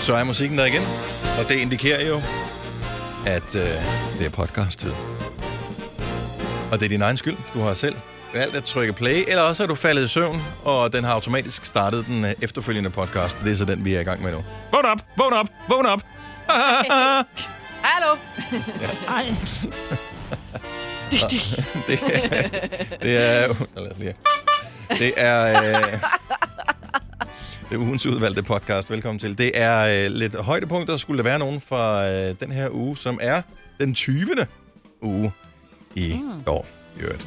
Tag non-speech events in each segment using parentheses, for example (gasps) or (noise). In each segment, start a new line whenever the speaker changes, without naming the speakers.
Så er musikken der igen, og det indikerer jo, at øh, det er podcast-tid. Og det er din egen skyld, du har selv valgt at trykke play, eller også er du faldet i søvn, og den har automatisk startet den øh, efterfølgende podcast. Det er så den, vi er i gang med nu. Vågn op, vågn op, vågn op.
Hallo.
Ej.
(laughs) Det er... Det er, (laughs) uh, lad os lige. Det er... Øh, det er ugens udvalgte podcast. Velkommen til. Det er øh, lidt højdepunkter, skulle der være nogen fra øh, den her uge, som er den 20. uge i mm. år. I øvrigt.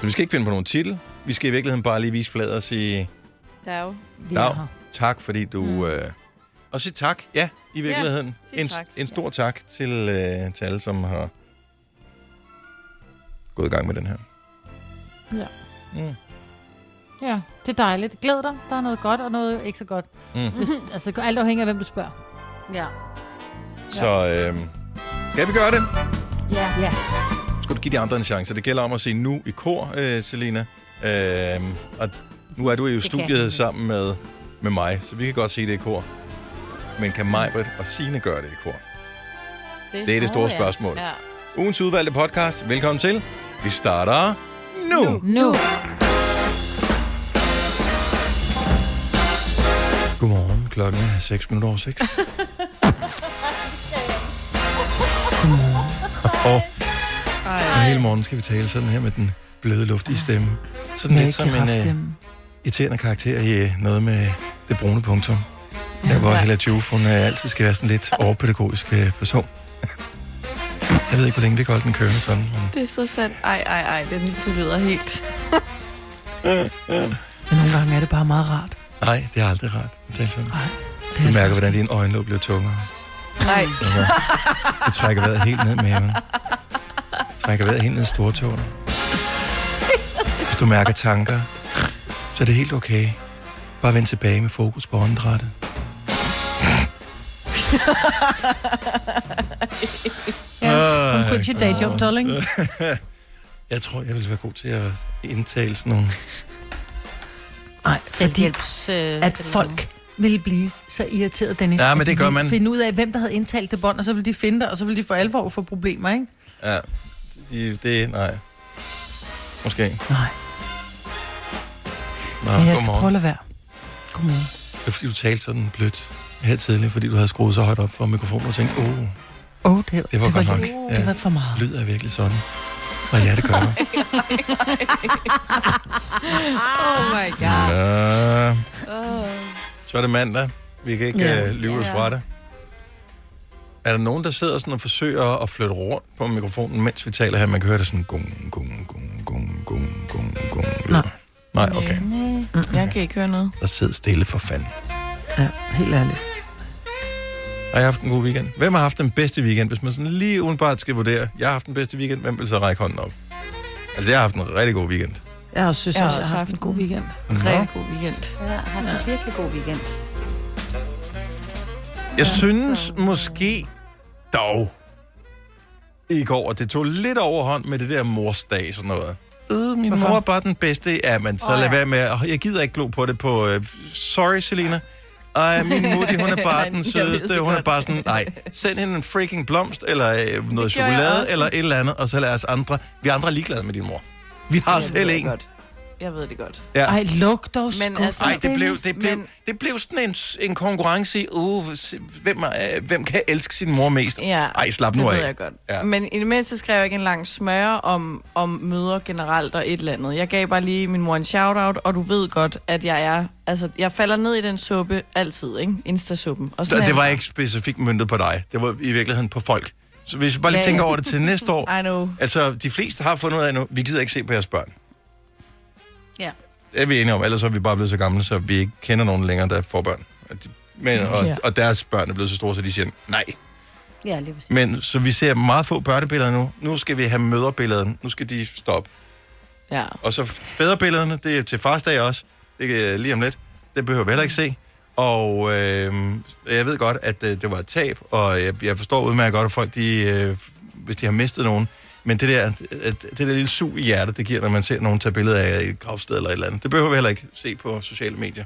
Så vi skal ikke finde på nogen titel. Vi skal i virkeligheden bare lige vise flader og sige
Der er jo.
Vi er
dag.
her.
Tak, fordi du... Mm. Øh, og sige tak, ja, i virkeligheden.
sig
en,
tak.
en stor tak til, øh, til alle, som har gået i gang med den her.
Ja.
Mm.
Ja, det er dejligt. Glæd dig. Der er noget godt og noget ikke så godt.
Mm.
Hvis, altså, alt afhænger af, hvem du spørger. Ja.
Så øh, skal vi gøre det?
Ja. Ja.
Skal du give de andre en chance? Det gælder om at sige nu i kor, øh, Selina. Øh, og nu er du jo i
kan
studiet
jeg.
sammen med, med mig, så vi kan godt sige det i kor. Men kan Majbrit og Sine gøre det i kor? Det er det store
Åh, ja.
spørgsmål.
Ja.
Ugens udvalgte podcast. Velkommen til. Vi starter nu. nu.
Nu.
Godmorgen. Klokken er 6 minutter over
(laughs)
6. Godmorgen. Og hele morgen skal vi tale sådan her med den bløde luft i stemmen. Sådan lidt som en øh, irriterende karakter i øh, noget med det brune punktum. Der hvor Hella Juf, hun øh, altid skal være sådan lidt overpædagogisk øh, person. Jeg ved ikke, hvor længe vi kan holde den kørende sådan. Men...
Det er så sandt. Ej, ej, ej. Den liste lyder helt.
Men nogle gange er det bare meget rart.
Nej, det er aldrig rart at tale sådan.
Det
Du
er
mærker, hvordan dine øjenlåg bliver tungere.
Nej.
Altså, du trækker vejret helt ned med maven. Trækker vejret helt ned i stortåen. Hvis du mærker tanker, så er det helt okay. Bare vend tilbage med fokus på åndedrættet.
Kom,
Ah,
quit your day job, darling.
Jeg tror, jeg vil være god til at indtale sådan nogle...
Nej, fordi
Selvhjælps... Øh,
at folk ville blive så irriteret, Dennis.
Ja, men
at
det
de
gør
ville
man.
finde ud af, hvem der havde indtalt det bånd, og så ville de finde dig, og så ville de for alvor få problemer, ikke?
Ja, det, det nej. Måske.
Nej,
Nå,
men jeg skal
godmorgen.
prøve at lade være. Godmorgen.
Det er fordi, du talte sådan blødt her tidligere, fordi du havde skruet så højt op for mikrofonen og tænkte, åh, oh,
Åh, oh, det,
Det var godt nok.
Det
Ja.
var for meget.
lyder jeg virkelig sådan? Og ja, det gør jeg.
Oh my god.
Ja.
Oh.
Så er det mandag. Vi kan ikke
Ja.
ja. øh, lyve os
Ja.
fra det. Er der nogen, der sidder sådan og forsøger at flytte rundt på mikrofonen, mens vi taler her? Man kan høre det sådan gung, gung, gung, gung, gung, gung, gung.
Nej.
Nej, okay.
Jeg kan ikke høre noget.
Så sid stille for fanden.
Ja, helt ærligt.
Har jeg haft en god weekend? Hvem har haft den bedste weekend? Hvis man sådan lige udenbart skal vurdere, jeg har haft den bedste weekend, hvem vil så række hånden op? Altså, jeg har haft en rigtig god weekend.
Jeg har synes
Jeg har
også, jeg
også
har haft en
haft
god
en-
weekend.
Rigtig god weekend.
Jeg har haft en virkelig god weekend.
Jeg synes måske dog i går, at det tog lidt overhånd med det der morsdag sådan noget. Øh, min Hvorfor? mor er bare den bedste. Ja, men så
Åh,
oh, lad
ja.
være med. at- Jeg gider ikke glo på det på... Øh, sorry, Selina. Ej, min mutti, hun er bare
(laughs) Nej,
den
jeg ved
sødeste.
det
Hun er
godt.
bare sådan, nej, send hende en freaking blomst, eller øh, noget
gjorde jeg
chokolade,
også.
eller et eller andet, og så lad os andre. Vi andre er ligeglade med din mor. Vi har E.
Jeg
selv
ved det
en.
godt. Jeg ved det godt.
Ja.
Ej, luk dog
Men
skuffen,
altså-
Ej, det blev, det blev,
men-
det blev sådan en, en konkurrence i, uh, hvem, er, øh, hvem kan elske sin mor mest?
Ja,
Ej, slap
det
nu
ved
af.
jeg godt.
Ja.
Ja. Men i det mindste skrev jeg ikke en lang smøre om, om møder generelt og et eller andet. Jeg gav bare lige min mor en shout-out, og du ved godt, at jeg er... Altså, jeg falder ned i den suppe altid, ikke? Instasuppen. Og sådan
Så
er
det var
jeg.
ikke specifikt møntet på dig. Det var i virkeligheden på folk. Så hvis vi bare lige
Ja,
tænker
ja.
over det til næste
(laughs)
år.
I know.
Altså, de fleste har fundet ud af nu, vi gider ikke se på jeres børn.
Ja.
Det er vi enige om, ellers er vi bare blevet så gamle, så vi ikke kender nogen længere, der får børn. Og de- Men, og,
Ja.
og deres børn er blevet så store, så de siger nej.
Ja, lige præcis.
Men så vi ser meget få børnebilleder nu. Nu skal vi have møderbilledet. Nu skal de stoppe.
Ja.
Og så fædrebillederne, det er til farsdag også. Det er lige om lidt. Det behøver vi heller ikke se. Og øh, jeg ved godt, at øh, det var et tab, og jeg, jeg forstår udmærket godt, at folk, de, øh, hvis de har mistet nogen, men det der, at, det der lille sug i hjertet, det giver, når man ser nogen tage billeder af et gravsted eller et eller andet, det behøver vi heller ikke se på sociale medier.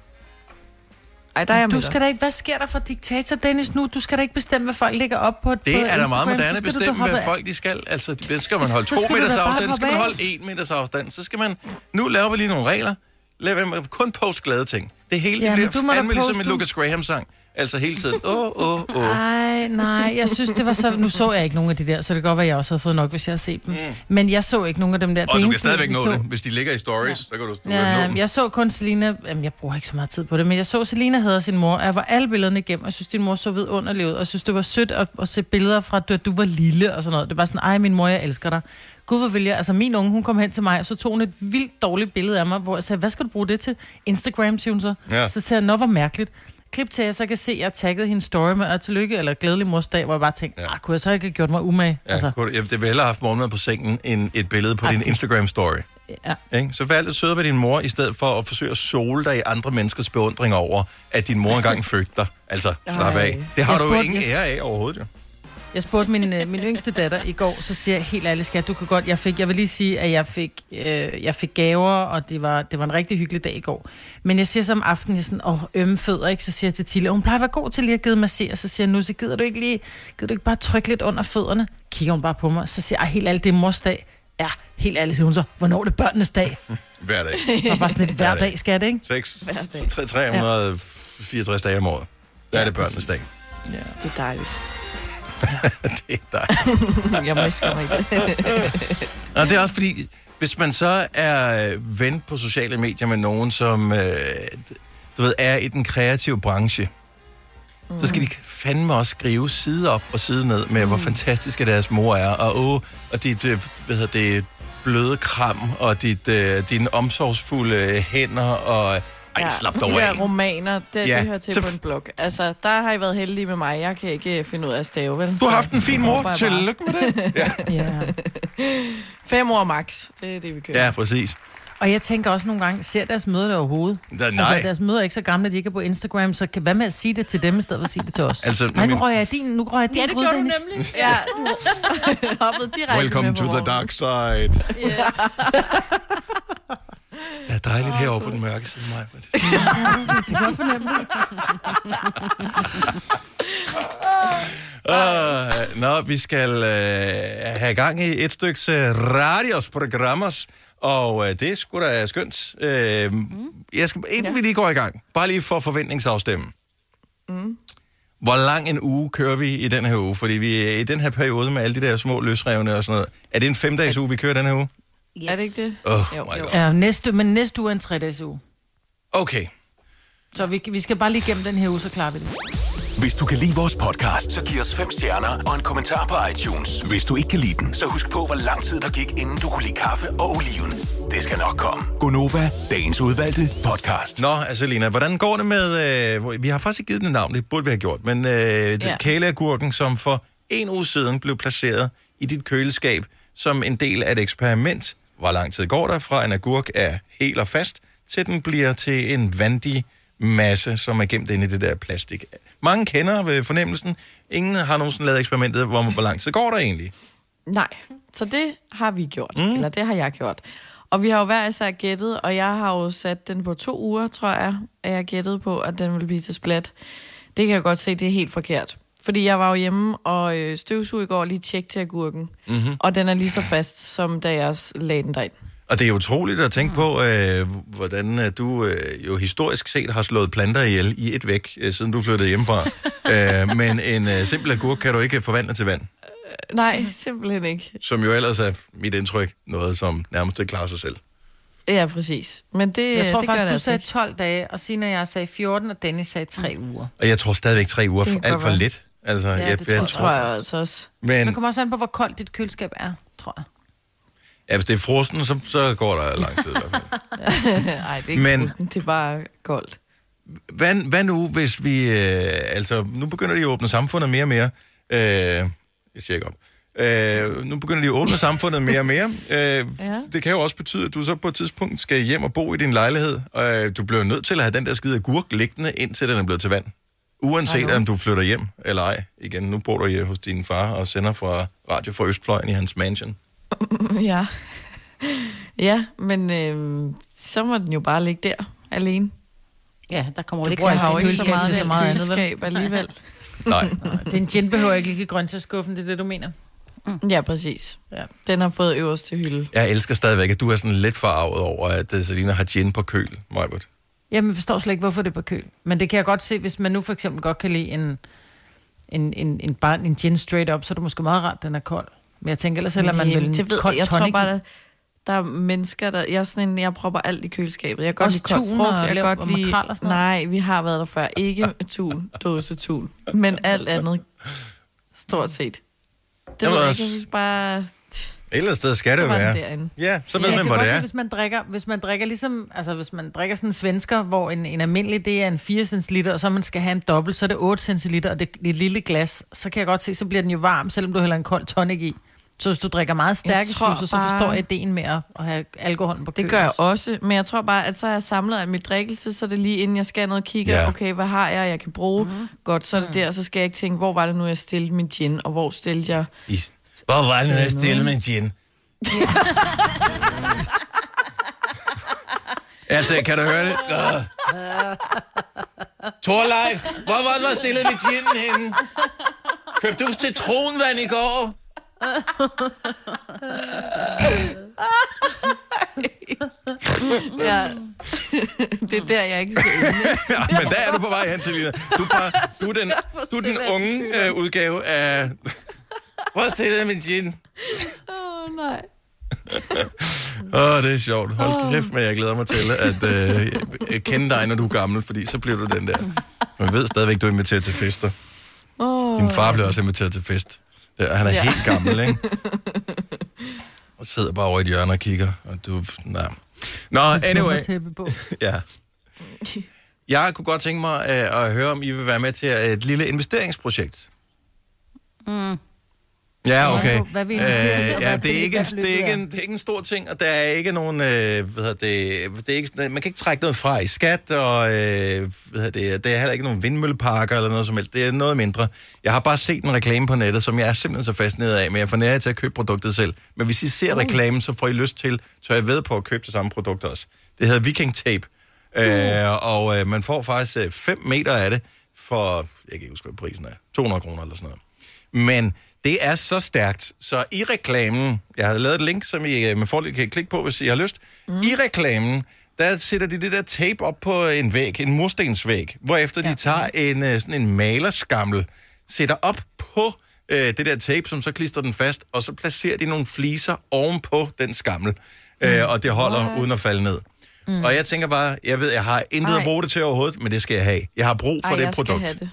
Ej, der er jeg
Du
med
skal da ikke, hvad sker der for diktator Dennis nu? Du skal da ikke bestemme, hvad folk lægger op på på
Det er da
Instagram.
meget moderne
Så
at
skal du da
bestemme,
hoppe
hvad
af.
folk de skal. Altså, det skal man holde
Så
to
skal du
meters
da bare
afstand,
hoppe
skal man
af.
holde en meters afstand, så skal man... Nu laver vi lige nogle regler. Lad være med kun post glade ting. Det hele
Ja,
det
men
bliver
du må da
fandme ligesom
poste Ah,
en
nu. dig.
Lucas Graham-sang. Altså hele
(laughs)
tiden. Åh, åh, åh.
Nej, nej, jeg synes, det var så... Nu så jeg ikke nogen af de der, så det kan godt være, jeg også havde fået nok, hvis jeg havde set dem. Mm. Men jeg så ikke nogen af dem der. Det
Og du kan
eneste,
stadigvæk
vi
nå
så,
det. Hvis de ligger i stories, så kan du, du kan nå
Ja,
dem.
jeg så kun Selina, jamen jeg bruger ikke så meget tid på det, men jeg så Selina havde sin mor, og jeg var alle billederne igennem, og jeg synes, din mor så vidunderlig ud, og jeg synes, det var sødt at, at se billeder fra, da du var lille og sådan noget. Det var sådan, ej min mor, jeg elsker dig. Gud, hvor vil jeg, altså min unge, hun kom hen til mig, og så tog hun et vildt dårligt billede af mig, hvor jeg sagde, hvad skal du bruge det til? Instagram, siger hun så.
Ja.
Så sagde jeg, nå, hvor mærkeligt. Klip til, at jeg så kan se, at jeg taggede hendes story med, og tillykke, eller glædelig morsdag, hvor jeg bare tænkte,
Ja.
ja. kunne jeg så ikke have gjort mig umage? Ja,
Ja,
altså,
kunne du- jeg det vil hellere have haft morgenmad på sengen, end et billede på
Ej,
din
det-
Instagram-story.
ja.
Ikke? Så vær lidt sød ved din mor, i stedet for at forsøge at sole dig i andre menneskers beundring over, at din mor engang (laughs) fødte dig. Altså, slap
Ej.
af. Det har
Jeg
du jo
spurgte
ingen
lige-
ære af overhovedet, jo.
Jeg spurgte min, øh, min yngste datter i går, så siger jeg helt ærligt, skat, du kan godt, jeg fik, jeg vil lige sige, at jeg fik, øh, jeg fik gaver, og det var, det var en rigtig hyggelig dag i går. Men jeg siger så om aftenen, jeg er sådan, åh, ømme fødder, ikke? Så siger jeg til Tille, hun plejer at være god til lige at give massere, så siger jeg, nu, så gider du ikke lige, gider du ikke bare trykke lidt under fødderne? Kigger hun bare på mig, så siger jeg, "Ej, helt ærligt, det er mors dag. Ja, helt ærligt, siger hun så, hvornår er det børnenes dag?
Hver
(laughs)
dag.
Det var bare sådan lidt hver dag, skat, ikke?
6, 364 dage om året. Der er det børnenes dag.
Det er dejligt.
(laughs) Det er dig.
Jeg misker mig ikke.
(laughs) Nå, det er også fordi, hvis man så er øh, ven på sociale medier med nogen, som øh, du ved, er i den kreative branche, mm. så skal de fandme også skrive side op og side ned med, mm. hvor fantastiske deres mor er, og, åh, og dit, øh, hvad hedder det, bløde kram, og dit, øh, dine omsorgsfulde hænder, og ej,
Ja,
slap
de
dog af.
der romaner, det,
Ja,
ja, det hører til
så
på
f-
en blog. Altså, der har I været heldige med mig. Jeg kan ikke øh, finde ud af at stave, vel?
Du har
Så
haft en fin mor,
håber jeg bare.
tillykke med det. Ja,
Ja.
Fem år max. Det er det, vi kører.
ja præcis.
Og jeg tænker også nogle gange, ser deres møder det overhovedet?
Da, nej.
Altså, deres møder er ikke så gamle, at de ikke er på Instagram, så kan, hvad med at sige det til dem, i stedet for at sige det til os?
Altså,
Ej, nu
min-
røg jeg din, nu røg jeg din gryde, Dennis.
(laughs)
nemlig. (laughs) Ja, du hoppede direkte
Welcome
med på
to the
vognen.
dark side.
Yes.
Det er dejligt herovre på den mørke side, (laughs) mig. (laughs) Uh, nå, vi skal uh, have gang i et stykke uh, radiosprogrammer, og uh, det er sgu da skønt. Uh, jeg skal, inden ja. vi lige går i gang, bare lige for forventningsafstemme. Mm. Hvor lang en uge kører vi i den her uge? Fordi vi er i den her periode med alle de der små løsrevne og sådan noget. Er det en femdages uge, vi kører den her uge?
Er det ikke det?
Åh,
Jo,
my
jo.
God.
Ja, næste, men næste uge er en 3 uge.
Okay.
Så vi, vi skal bare lige gennem den her uge, så klarer vi det.
Hvis du kan lide vores podcast, så giv os fem stjerner og en kommentar på iTunes. Hvis du ikke kan lide den, så husk på, hvor lang tid der gik, inden du kunne lide kaffe og oliven. Det skal nok komme. Gonova, dagens udvalgte podcast.
Nå, altså Lena, hvordan går det med... Øh, hvor- vi har faktisk ikke givet den et navn, det burde vi have gjort, men øh, ja.
Ja.
kæleagurken, som for en uge siden blev placeret i dit køleskab som en del af et eksperiment. Hvor lang tid går der fra en agurk er helt og fast, til den bliver til en vandig masse, som er gemt inde i det der plastik. Mange kender ved fornemmelsen. Ingen har nogensinde lavet eksperimentet, hvor, hvor lang tid går der egentlig.
Nej, så det har vi gjort, mm. eller det har jeg gjort. Og vi har jo hver især gættet, og jeg har jo sat den på to uger, tror jeg, at jeg gættede på, at den ville blive til splat. Det kan jeg godt se, det er helt forkert. Fordi jeg var jo hjemme og øh, støvsug i går og lige tjek til agurken. Mm-hmm. Og den er lige så fast, som da jeg også lagde den derind.
Og det er utroligt at tænke på, øh, hvordan øh, du øh, jo historisk set har slået planter ihjel i et væk, øh, siden du flyttede hjemmefra. øh, men en øh, simpel agurk kan du ikke forvandle til vand,
Nej, simpelthen ikke.
som jo ellers er mit indtryk noget, som nærmest ikke klarer sig selv.
Ja, præcis. Men det,
Jeg tror
det gør
faktisk,
det
du
altså Mm.
sagde
ikke.
12 dage, og Sina og jeg sagde 14, og Dennis sagde 3 uger.
Og jeg tror stadigvæk tre uger
Det
for,
kan
alt
godt
for
være.
lidt. Altså, ja, jeg,
det
jeg,
tror
tror,
jeg.
tror jeg altså også.
Det
Men
kommer også an på, hvor koldt dit køleskab er, tror jeg.
ja, hvis det er frosten, så, så går der lang tid. i hvert fald.
Nej, det er ikke
Men-
Men... det er bare koldt.
Hvad, hvad nu, hvis vi... Øh, altså, nu begynder de at åbne samfundet mere og mere. Øh, jeg siger ikke op. Øh, nu begynder de at åbne samfundet mere og mere. Øh, ja. Det kan jo også betyde, at du så på et tidspunkt skal hjem og bo i din lejlighed. Og øh, du bliver nødt til at have den der skide gurk liggende, indtil den er blevet til vand. Uanset om du flytter hjem eller ej. Igen, nu bor du hjemme hos din far og sender fra radio fra Østfløjen i hans mansion.
Ja. (laughs) ja, men øh, så må den jo bare ligge der alene.
Ja, der kommer jo ikke
bruger
så
ikke
har jo
meget
ikke
køleskab
så
køleskab
meget
til
så
så meget
meget
andet, vel?
køleskab alligevel.
Nej.
Den gin behøver ikke ligge i grøntsagsskuffen, det er det, du mener.
Ja, præcis.
Ja.
Den har fået øverst til hylde.
Jeg elsker stadigvæk, at du er sådan lidt forarvet over, at øh, Selina har gin på køl, Majbert.
Jamen, jeg forstår slet ikke, hvorfor det er på køl. Men det kan jeg godt se, hvis man nu for eksempel godt kan lide en, en, en, en, barn, en gin straight up, så er det måske meget rart, den er kold. Men jeg tænker ellers, eller man
Jamen,
vil en
det ved,
kold
jeg
tonic.
tror bare, der, der er mennesker, der... Jeg, er sådan en, jeg propper alt i køleskabet. Jeg kan godt
Også
lide kold
tun
frugt.
og
Jeg kan
lav-
godt
og
lide...
makrel og sådan noget?
Nej, vi har været der før.
(laughs)
Ikke tun, dåse tun. Men alt andet. Stort set. Det
Jamen
ved jeg
også-
ikke. Jeg synes bare...
Et eller andet sted skal
Så
det
var den
være.
derinde.
Ja, så ved
Ja,
ja,
jeg
man,
kan
hvor
godt
det
lide,
er.
hvis man drikker, hvis man drikker ligesom, altså hvis man drikker sådan en svensker, hvor en, en almindelig, det er en 4 centiliter, og så man skal have en dobbelt, så er det 8 centiliter, og det, det lille glas, så kan jeg godt se, så bliver den jo varm, selvom du hælder en kold tonic i. Så hvis du drikker meget stærke
tror
juicer, så
bare-
forstår jeg ideen med at at have alkoholen på køl.
Det gør jeg også, men jeg tror bare, at så har jeg samlet alt mit drikkelse, så er det lige inden jeg skal ned og kigge,
Ja.
ja. okay, hvad har jeg, jeg kan bruge? Mm. Godt, så er det der, så skal jeg ikke tænke, hvor var det nu, jeg stillede min gin, og hvor stillede jeg...
I- Hvor var det, jeg stille med en gin? altså, kan du høre det? Uh. Torleif, hvor var det, jeg stillede med ginen henne? Købte du citronvand i går?
Ja. det er der, jeg ikke skal ende.
Ja, men der er du på vej hen til, Lina. Du er, bare, du er
(laughs)
den, du er den unge øh, udgave af... Hvor stillede jeg min gin?
Åh, oh, nej.
(laughs) Åh, oh, det er sjovt. Hold kæft, men jeg glæder mig til at øh, øh, kende dig, når du er gammel, fordi så bliver du den der. Man ved stadigvæk, du er inviteret til fester.
Oh.
Din far blev også inviteret til fest. Der, han er ja.
Ja.
helt gammel, ikke? Og sidder bare over i et hjørne og kigger, og du... Nej. Nå, anyway.
Tæppe på.
(laughs) Ja. Jeg kunne godt tænke mig øh, at høre, om I vil være med til øh, et lille investeringsprojekt. Mm. Ja, okay.
på, hvad vi investerer i, og
ja,
hvad
det, er
beløbet-
ikke en,
hvad
det, er
beløbet
ikke
er.
en, det er ikke en stor ting, og der er ikke nogen... Øh, hvad hedder det, det er ikke, sådan- man kan ikke trække noget fra i skat, og øh, hvad hedder det, det er heller ikke nogen vindmølleparker eller noget som helst. Det er noget mindre. Jeg har bare set en reklame på nettet, som jeg er simpelthen så fascineret af, men jeg får nær til at købe produktet selv. Men hvis I
Oh.
ser reklamen, så får I lyst til, så jeg ved på at købe det samme produkt også. Det hedder Viking Tape.
Oh.
Øh, og øh, man får faktisk 5 meter af det for, jeg kan ikke huske, hvad prisen er, 200 kroner eller sådan noget. Men det er så stærkt, så i reklamen, jeg har lavet et link, som I øh, med fordel kan klikke på, hvis I har lyst.
Mhm.
Mm. I reklamen, der sætter de det der tape op på en væg, en murstensvæg, hvorefter ja. de tager
Mhm.
en, øh, sådan en malerskammel, sætter op på øh, det der tape, som så klister den fast, og så placerer de nogle fliser ovenpå den skammel, øh,
Mhm.
og det holder uden at falde ned. Mm. Og jeg tænker bare, jeg ved, jeg har intet at
Ej.
bruge det til overhovedet, men det skal jeg have. Jeg har brug for
Ej,
det
jeg
produkt.
Skal have det.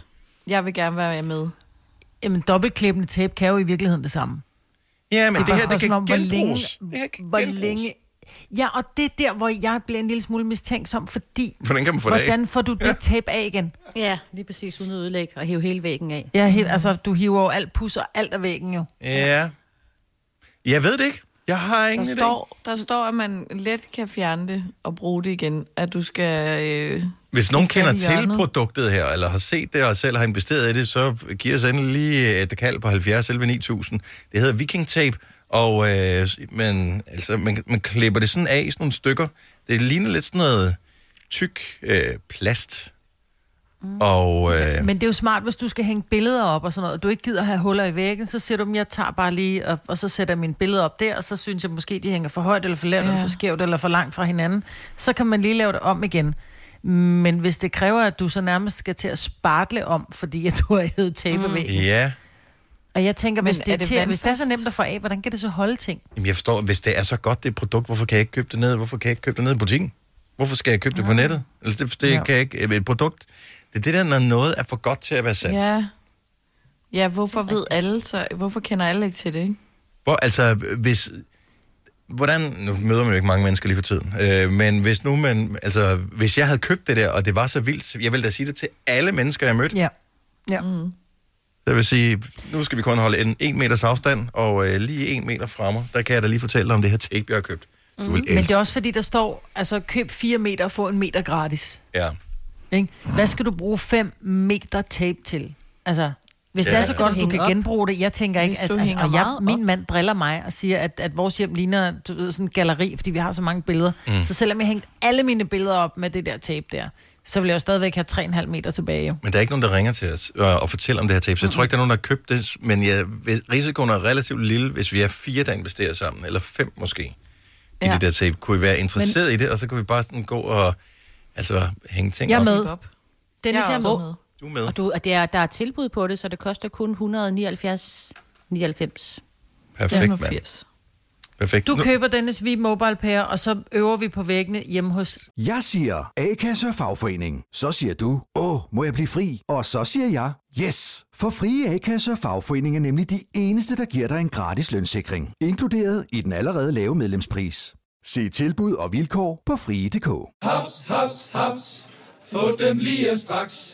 Jeg vil gerne være med.
Jamen, dobbeltklæbende tape kan jo i virkeligheden det samme.
Ja, men det, det her,
bare
det kan
sådan om, hvor længe-
genbruges. Det her kan
Hvor
genbruges.
længe... Ja, og det er der, hvor jeg bliver en lille smule mistænksom, fordi...
Hvordan kan man få det af?
Hvordan får du det tape af igen?
Ja, lige præcis uden at ødelægge og hæve hele væggen af.
Ja, helt, altså, du hiver jo alt pus og alt af væggen jo.
Ja. Jeg ved det ikke. Jeg har ingen
Der
idé.
står, der står, at man let kan fjerne det og bruge det igen. At du skal... Øh,
Hvis nogen
kan
kender
i hjørnet.
til produktet her, eller har set det, og selv har investeret i det, så giver os endelig lige et kald på 70 11 9000. Det hedder Viking Tape, og øh, man, altså, man, man klipper det sådan af i sådan nogle stykker. Det ligner lidt sådan noget tyk øh, plast. Mm. Og øh,
Men det er jo smart, hvis du skal hænge billeder op og sådan noget, og du ikke gider have huller i væggen, så siger du dem, jeg tager bare lige, og, og så sætter jeg mine billeder op der, og så synes jeg måske, de hænger for højt, eller for lavt, ja.
Ja.
eller for skævt, eller for langt fra hinanden. Så kan man lige lave det om igen. Men hvis det kræver, at du så nærmest skal til at spartle om, fordi at du har hævet tape mm. væk.
ja,
Og jeg tænker,
Men
hvis det,
er
er
det
til, hvis det er så
vandfast?
nemt at få af, hvordan kan det så holde ting?
Jamen, jeg forstår, hvis det er så godt, det produkt, hvorfor kan jeg ikke købe det ned? Hvorfor kan jeg ikke købe det ned i butikken? Hvorfor skal jeg købe det på nettet? Altså, det, det
Ja.
kan jeg ikke. Et produkt, det er det der, når noget er for godt til at være sandt.
ja. Ja, hvorfor ved alle så... Hvorfor kender alle ikke til det, ikke?
Hvor, altså, hvis... Hvordan, nu møder man jo ikke mange mennesker lige for tiden, øh, men hvis nu man, altså, hvis jeg havde købt det der, og det var så vildt, jeg ville da sige det til alle mennesker, jeg mødte.
Ja. ja. Mm.
Det vil sige, nu skal vi kun holde en, en meters afstand, og øh, lige en meter fremme, der kan jeg da lige fortælle dig om det her tape, jeg har købt. Du vil elske.
Mhm. Men det er også fordi, der står, altså køb 4 meter og få en meter gratis.
Ja.
Ikke? Hvad skal du bruge 5 meter tape til? Altså, hvis ja. det
Ja.
er så godt, at du
Hænge
kan
op.
genbruge det, jeg tænker ikke,
Hvis
at
du
altså,
hænger
og jeg,
meget op.
min mand driller mig og siger, at, at vores hjem ligner du ved, sådan en galeri, fordi vi har så mange billeder. Mm. Så selvom jeg hængte alle mine billeder op med det der tape der, så vil jeg jo stadigvæk have 3,5 meter tilbage. Jo.
Men der er ikke nogen, der ringer til os øh, og fortæller om det her tape, så jeg tror ikke, der er nogen, der har købt det, men jeg, hvis- risikoen er relativt lille, hvis vi er fire, der investerer sammen, eller fem måske, i
Ja.
det der tape. Kunne I være interesseret i det, og så kan vi bare sådan gå og altså, hænge ting
Jeg er
op?
med.
Op.
Dennis, jeg er
også
med.
med.
Du er med.
Og du, og det er, der er tilbud på det, så det koster kun 179 99.
Perfekt, mand.
85.
Perfekt.
Du
Nu-
køber Dennis vi mobile pair, og så øver vi på væggene hjemme hos...
Jeg siger A-kasse og fagforening. Så siger du, åh, må jeg blive fri? Og så siger jeg, yes! For frie A-kasse og fagforening er nemlig de eneste, der giver dig en gratis lønssikring. Inkluderet i den allerede lave medlemspris. Se tilbud og vilkår på frie.dk.
Haps, haps, haps. Få dem lige straks.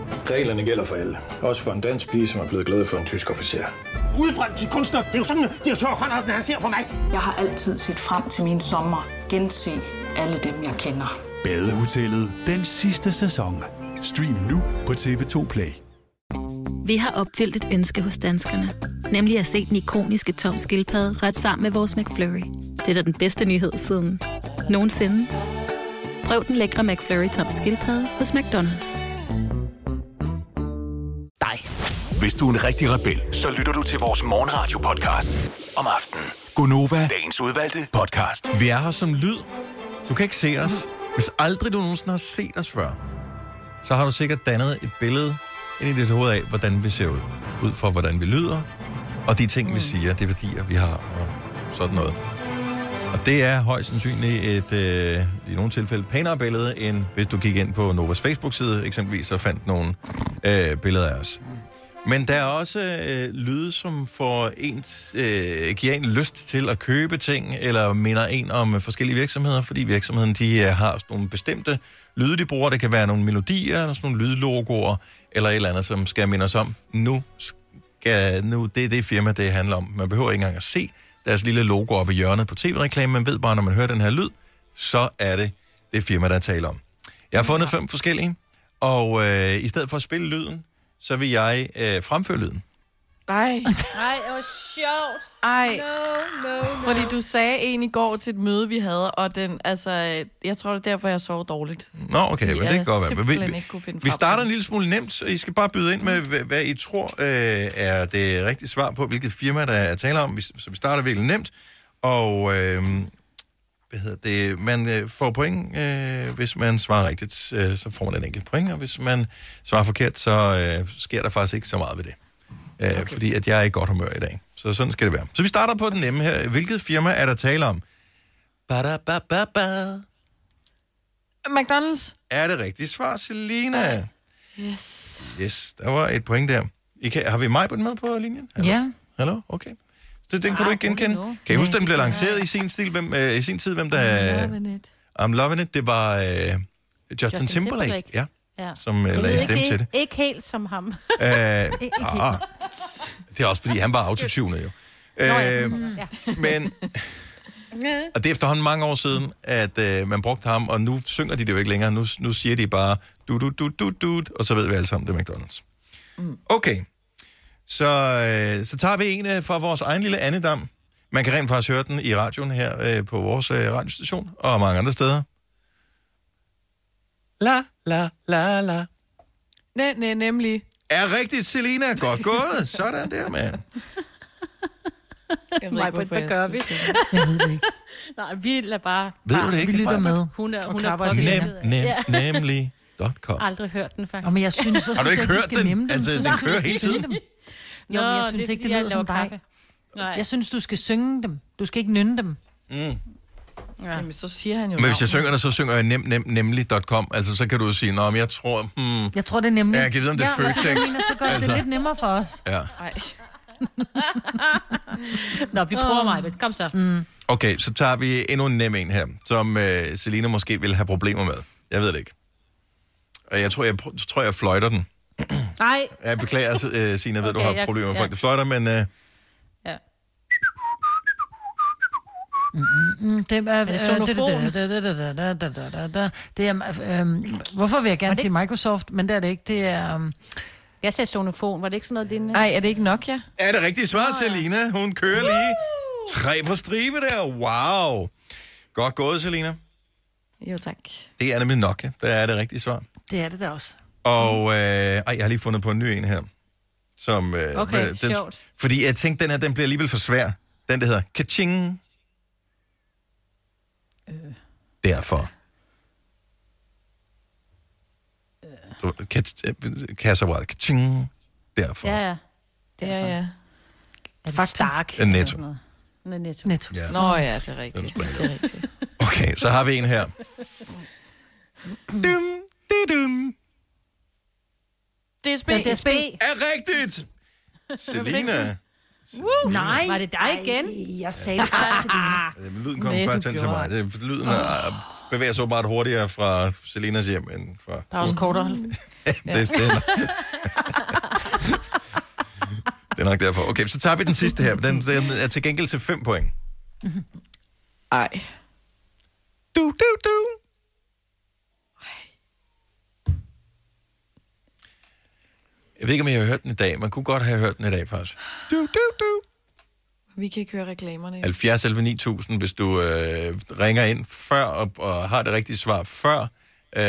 Reglerne gælder for alle. Også for en dansk pige, som er blevet glad for en tysk officer.
Udbrøndt til kunstner. Det er jo sådan, at de har tørt hånden, han ser på mig. Jeg har altid set frem til min sommer. Gense alle dem, jeg kender.
Badehotellet den sidste sæson. Stream nu på TV2 Play.
Vi har opfyldt et ønske hos danskerne. Nemlig at se den ikoniske tom skildpadde ret sammen med vores McFlurry. Det er da den bedste nyhed siden nogensinde. Prøv den lækre McFlurry tom skildpadde hos McDonald's.
Hvis du er en rigtig rebel, så lytter du til vores morgenradio-podcast om aftenen. Gunova, dagens udvalgte podcast.
Vi er her som lyd. Du kan ikke se os. Hvis aldrig du nogensinde har set os før, så har du sikkert dannet et billede ind i dit hoved af, hvordan vi ser ud. Ud fra, hvordan vi lyder, og de ting, vi siger, de værdier, vi har, og sådan noget. Og det er højst sandsynligt et, øh, i nogle tilfælde, pænere billede, end hvis du gik ind på Novas Facebook-side eksempelvis og fandt nogle øh, billeder af os. Men der er også øh, lyde, som får ens, øh, giver en lyst til at købe ting, eller minder en om øh, forskellige virksomheder, fordi virksomheden de, øh, har sådan nogle bestemte lyde, de bruger. Det kan være nogle melodier, eller sådan nogle lydlogoer, eller et eller andet, som skal minde os om. Nu, skal, nu det er det firma, det handler om. Man behøver ikke engang at se deres lille logo oppe i hjørnet på tv-reklamen. Man ved bare, når man hører den her lyd, så er det det firma, der taler om. Jeg har fundet fem forskellige, og øh, i stedet for at spille lyden, så vil jeg øh, fremføre lyden.
Ej,
Nej, det var sjovt.
ej.
No, no, no.
Fordi du sagde en i går til et møde, vi havde, og den, altså, øh, jeg tror, det er derfor, jeg sov dårligt.
Nå, okay, men det
jeg
kan godt være. Men vi,
simpelthen
vi,
ikke kunne finde
vi
frem
starter
til. Mm.
en lille smule nemt, så I skal bare byde ind med, hvad, hvad I tror øh, er det rigtige svar på, hvilket firma, der er tale om. Vi- Så vi starter virkelig nemt, og øh, hvad hedder det, man øh, får point, øh, hvis man svarer rigtigt, øh, så får man en enkelt point, og hvis man svarer forkert, så øh, sker der faktisk ikke så meget ved det. Øh, okay. Fordi at jeg er i godt humør i dag. Så sådan skal det være. Så vi starter på den nemme her. Hvilket firma er der tale om? Ba-da-ba-ba-ba.
McDonald's?
Er det rigtige svar, Selina?
Yes.
Yes, der var et point der. I kan, har vi mig på den med på linjen? Hallo?
Ja.
Hallo? Okay. Så den
Ah,
kan du ikke genkende. Kan I huske, den blev lanceret i sin, stil, hvem, øh, i sin tid, hvem der...
Loving it.
I'm loving it, det var øh, Justin, Justin Timberlake,
Timberlake.
Ja,
Ja.
som øh,
Det
lagde
lyder
stemme
ikke,
til det.
Ikke helt som (laughs) ham.
Æh, ah, det er også, fordi han var autotunet jo. Øh,
ja. Mm.
men, og det er efterhånden mange år siden, at øh, man brugte ham, og nu synger de det jo ikke længere. Nu, nu siger de bare, du du du du du og så ved vi alle sammen, det er McDonald's. Okay, så, øh, så tager vi en øh, fra vores egen lille andedam. Man kan rent faktisk høre den i radioen her øh, på vores øh, radiostation, og mange andre steder. La, la, la, la.
Nej, nej, nemlig.
Er rigtigt, Selina. Godt gået. Sådan der, mand.
Jeg ved ikke, hvorfor
hvad
jeg
gør
skulle
vi?
sige
Jeg ved det ikke.
Nej, vi lader bare...
Ved du det ikke?
Vi lytter
Maja?
med.
Hun er, hun er
klapper os i
påvirket
Nem,
af-
nem,
Ja,
nemlig. .com.
aldrig hørt den, faktisk.
Nå, men jeg synes også,
Har du ikke
at de
hørt
skal
den?
nemme dem.
Altså, den
Nej.
kører hele tiden.
Jo, men jeg synes ikke, det lyder som dig.
Nej.
Jeg synes, du skal synge dem. Du skal ikke nynne dem.
det. Jamen, så siger han jo
Men hvis jeg
navnet.
synger det, så synger jeg nem, nem, nemlig.com. Altså, så kan du jo sige, nå, men jeg tror, hmm,
Jeg tror, det er nemlig...
Ja, jeg kan vide, om det er
men
Føtex.
jeg mener, så gør altså.
Altså.
det lidt nemmere for os.
ja.
Ej.
Nå, vi prøver mig, men kom så. Mm.
Okay, så tager vi endnu en nem en her, som øh, Selina måske vil have problemer med. Jeg ved det ikke. Og jeg tror, jeg, pr- tror, jeg fløjter den.
Nej,
Jeg beklager, øh, Sina, jeg ved, okay, du
Okay,
har
jeg-
problemer med
ja.
folk, der fløjter, men... Øh,
Ja.
Mm, det er, øh,
det
det,
xylofon?
er, det er, øh, hvorfor vil jeg gerne sige Microsoft, men det er det ikke. Det er, øh,
jeg sagde Sonofon, var det ikke sådan noget din?
Nej, er det ikke Nokia?
Er det rigtigt svar, Selina? Hun kører lige tre på stribe der. Wow. Godt gået, Selina.
Jo, tak.
Det er nemlig Nokia. Der er det rigtige svar.
det er det der også.
Og øh, ej, jeg har lige fundet på en ny en her. Som, øh,
Okay,
hvad- den,
sjovt.
Fordi jeg tænkte, den her den bliver alligevel for svær. Den, der hedder Kaching. Derfor. Du- ka- øh, Kasseapparat. Kaching. Derfor.
Ja, ja. Derfor.
Ja, ja.
Er det Stark?
Øh, Netto.
eller sådan noget? Nej, Netto.
Netto.
Ja.
Nå ja, det er rigtigt. Det er rigtigt.
Okay, så har vi en her. Dum, di dum.
DSB.
Ja, DSB.
Er rigtigt! Selina.
Woo! Nej. Var det dig igen?
Jeg sagde det før til
Øh, Lyden kom
Næh, du
først hen til mig. Det, lyden oh. bevæger sig åbenbart hurtigere fra Selinas hjem end fra...
Der er også
(laughs)
kortere.
det, det, er nok- det er nok derfor. Okay, så tager vi den sidste her. Den, den er til gengæld til 5 point.
Ej.
Du, du, du. Jeg ved ikke, om I har hørt den i dag. Man kunne godt have hørt den i dag, faktisk. Du, du, du.
Vi kan ikke høre reklamerne.
70 11 9000, hvis du øh, ringer ind før og, og har det rigtige svar før. Øh,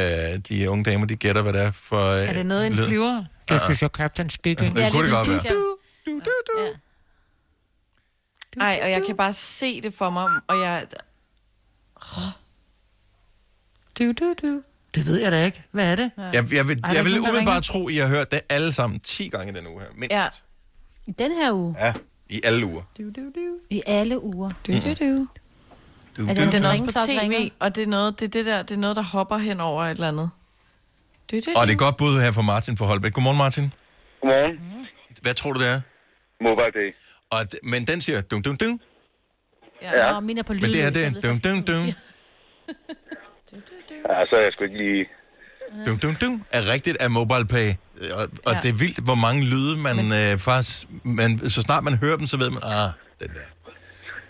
de unge damer, de gætter, hvad det er for... Øh,
Er det noget, en
lyd.
flyver?
Ja.
jeg, Captain Speaking.
Det kunne det godt være.
Du, du,
du. Nej, og jeg kan bare se det for mig, og jeg...
Du, du, du. Det ved jeg da ikke. Hvad er det?
Jeg, jeg vil,
Ej, der er
jeg vil
ikke nogen, der ringer.
umiddelbart tro, I har hørt det alle sammen 10 gange i den uge her. Mindst. Ja.
I den her uge?
ja. I alle uger.
Du, du, du. I alle uger.
Du, du, du.
Du,
Er det
Den er også på
Ringklokken ringer.
tv, og det er noget, det er det der, det er noget, der hopper hen over et eller andet. Du, du,
Og det er et godt bud her fra Martin fra Holbæk. Godmorgen, Martin.
Godmorgen.
Hvad tror du, det er?
Mobile Day.
Og, d- men den siger dum dum dum.
Ja, ja. Og mine er på lyd.
Men det her, det er dum dum dum.
Ja, så er jeg sgu ikke lige...
Dum dum dum er rigtigt af MobilePay. Og, og
Ja.
det er vildt, hvor mange lyde man øh, faktisk... Man, så snart man hører dem, så ved man, ah, den der.